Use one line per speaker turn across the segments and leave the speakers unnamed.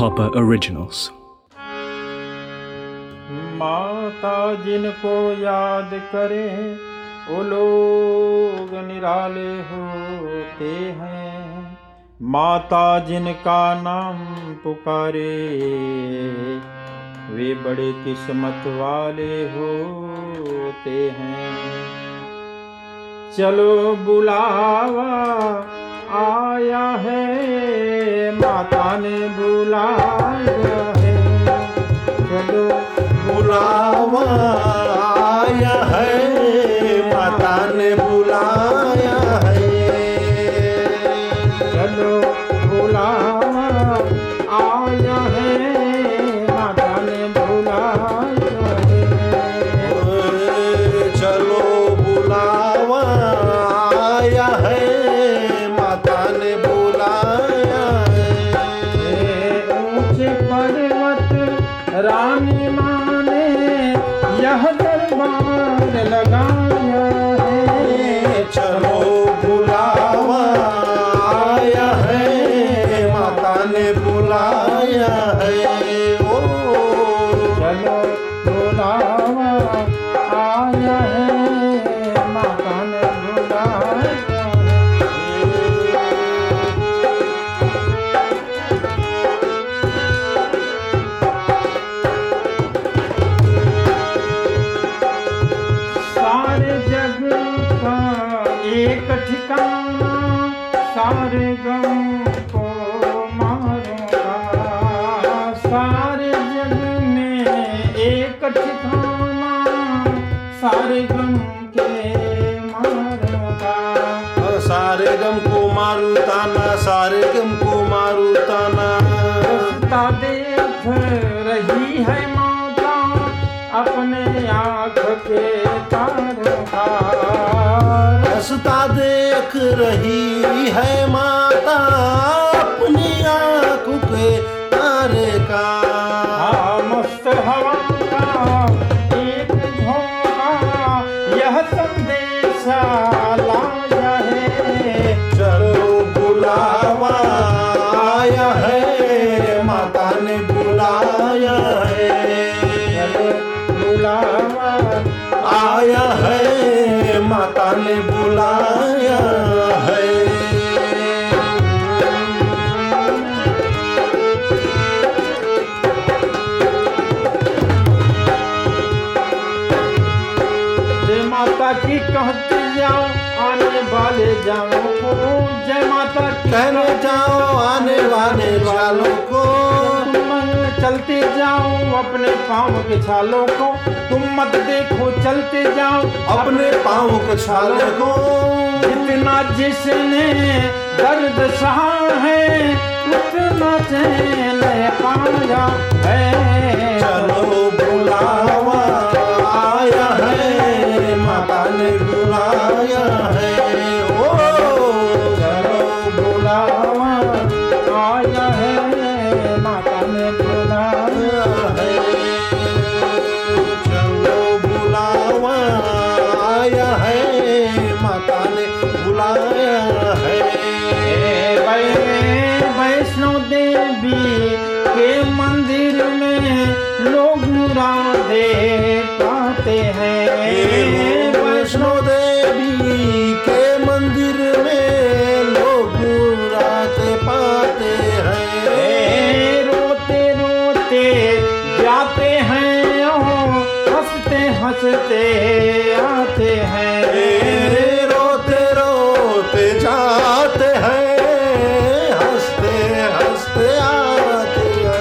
Hopper Originals.
माता जिनको याद करे वो लोग निराले होते हैं माता जिनका नाम पुकारे वे बड़े किस्मत वाले होते हैं चलो बुलावा आया है माता ने बुलाया है चलो
बुलावा आया है माता ने बुलाया है
चलो बुलावा आया है माता ने बुलाया है
चलो बुलावा आया है माता ने बुलाया है
ऊंचे पर्वत रानी माँ ने यह दरबार लगाया है
चलो बुलावा आया है माता ने बुलाया है ओ
चलो बुलावा आया है माता ने बुलाया है। सारे जग का एक ठिकाना सारे गम को मारूंगा सारे जग में एक ठिकाना सारे गम के मारूंगा
सारे गम को मारू ताना सारे गम को मारू ताना
उठता देख रही है माता अपने आँख के तारों का
हंसता देख रही है माता अपनी आंख के तारे का
हाँ, मस्त हवा का एक झोंका यह संदेश लाया है
चलो बुलावा आया है माता ने बुलाया है
चलो बुलावा
आया है माता ने बुलाया है
जय माता की कहती जाओ आने वाले जाओ को जय माता की
कहने जाओ आने वाले वालों को
तुम चलते जाओ अपने पाँव के छालों को तुम मत देखो चलते जाओ
अपने पाँव को छाले को
जितना जिसने दर्द सहा है उतना चैन पाया है
चलो बुलावा आया है माता ने बुलाया है ओ चलो
बुलावा आया है माता ने बुलाया
बुलाया है चलो बुलावा आया है माता ने बुलाया है
वै- वैष्णो देवी के मंदिर में लोग मुरादे पाते हैं
वैष्णो देवी के मंदिर में लोग राते पाते हैं
ए, रोते रोते जाते हैं ओ, हंसते हंसते आते हैं
ए, रोते रोते जाते हैं हंसते हंसते आते हैं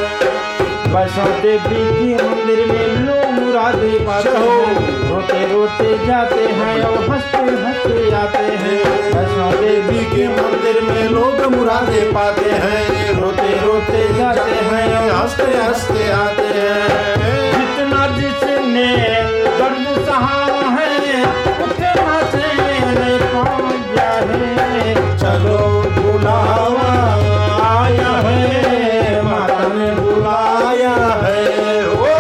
वैष्णो देवी के मंदिर में लोग मुरादे पाते हैं रोते रोते जाते हैं और हंसते हंसते आते हैं वैष्णो देवी
देवी के मंदिर में लोग मुरादे पाते हैं रोते रोते जाते हैं हंसते हंसते आते हैं
जितना जिसने दर्द सहा है उतना चैन पाया है
चलो बुलावा आया है माता ने बुलाया है ओ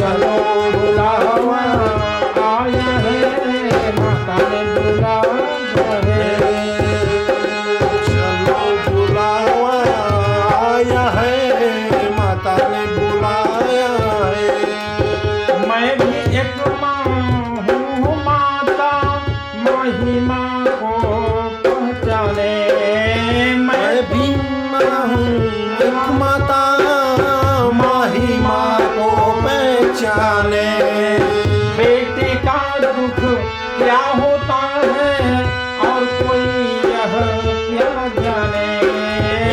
चलो बुलावा
बुलावा आया है माता ने बुलावा है
है। कहूँ एक माता माही माँ को पहचाने
बेटे का दुख क्या होता है और कोई यह क्या जाने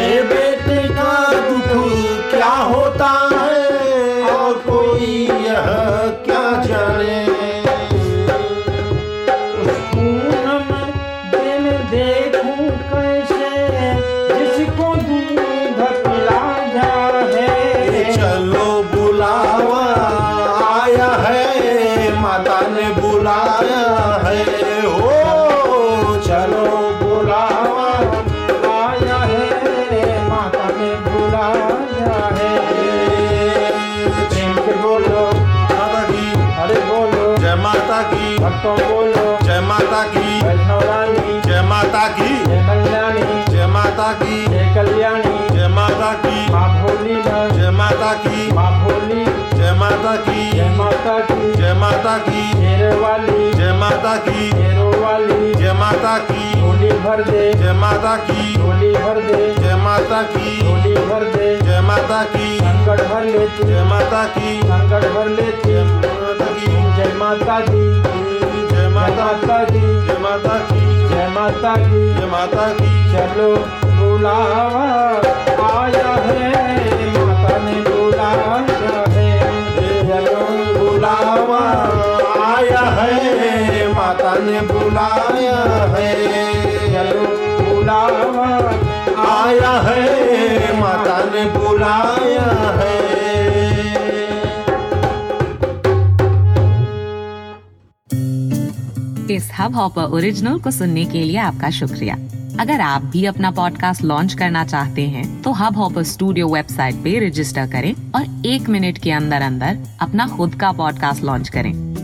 ए बेटे का दुख क्या होता है और कोई यह क्या जाने
पूनम दिन देखूं कैसे जिसको दूध पिला जाए
चलो बुलावा आया है माता ने बुलाया है हो चलो बुलावा
आया है माता ने बुलाया है प्रेम से बोलो
माता की
अरे बोलो
जय माता की
भक्तों बोलो
जय माता की
वैष्णव रानी
जय माता की
जय कल्याणी
जय माता की
जय कल्याणी
जय माता की
माँ भोली ना
जय माता की
माँ भोली
जय माता की
जय माता की
जय माता की
शेर वाली
जय माता की
शेरों वाली
जय माता की
झोली भर दे
जय माता की
झोली भर दे
जय माता की
झोली भर दे
जय माता की
संकट भर लेती
जय माता की
संकट भर लेती
जय माता की
जय माता दी
जय
जय
माता
माता दी
जय माता की
जय माता की
जय माता की
चलो बुलावा आया है माता ने बुलाया है चलो
बुलावा आया है माता ने बुलाया है
चलो बुलावा
आया है माता ने बुलाया है
इस हब हॉपर ओरिजिनल को सुनने के लिए आपका शुक्रिया अगर आप भी अपना पॉडकास्ट लॉन्च करना चाहते हैं, तो हब हॉपर स्टूडियो वेबसाइट पे रजिस्टर करें और एक मिनट के अंदर अंदर अपना खुद का पॉडकास्ट लॉन्च करें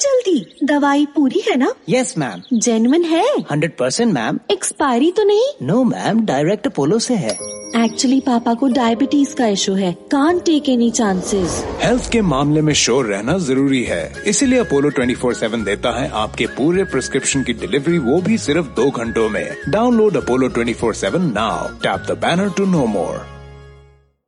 जल्दी दवाई पूरी है ना
यस मैम
जेन्युइन है
हंड्रेड परसेंट मैम
एक्सपायरी तो नहीं
नो मैम डायरेक्ट अपोलो से है
एक्चुअली पापा को डायबिटीज का इशू है can't take any chances
health के मामले में श्योर रहना जरूरी है इसीलिए अपोलो 24/7 देता है आपके पूरे प्रिस्क्रिप्शन की डिलीवरी वो भी सिर्फ दो घंटों में download Apollo 24/7 now tap the banner to know more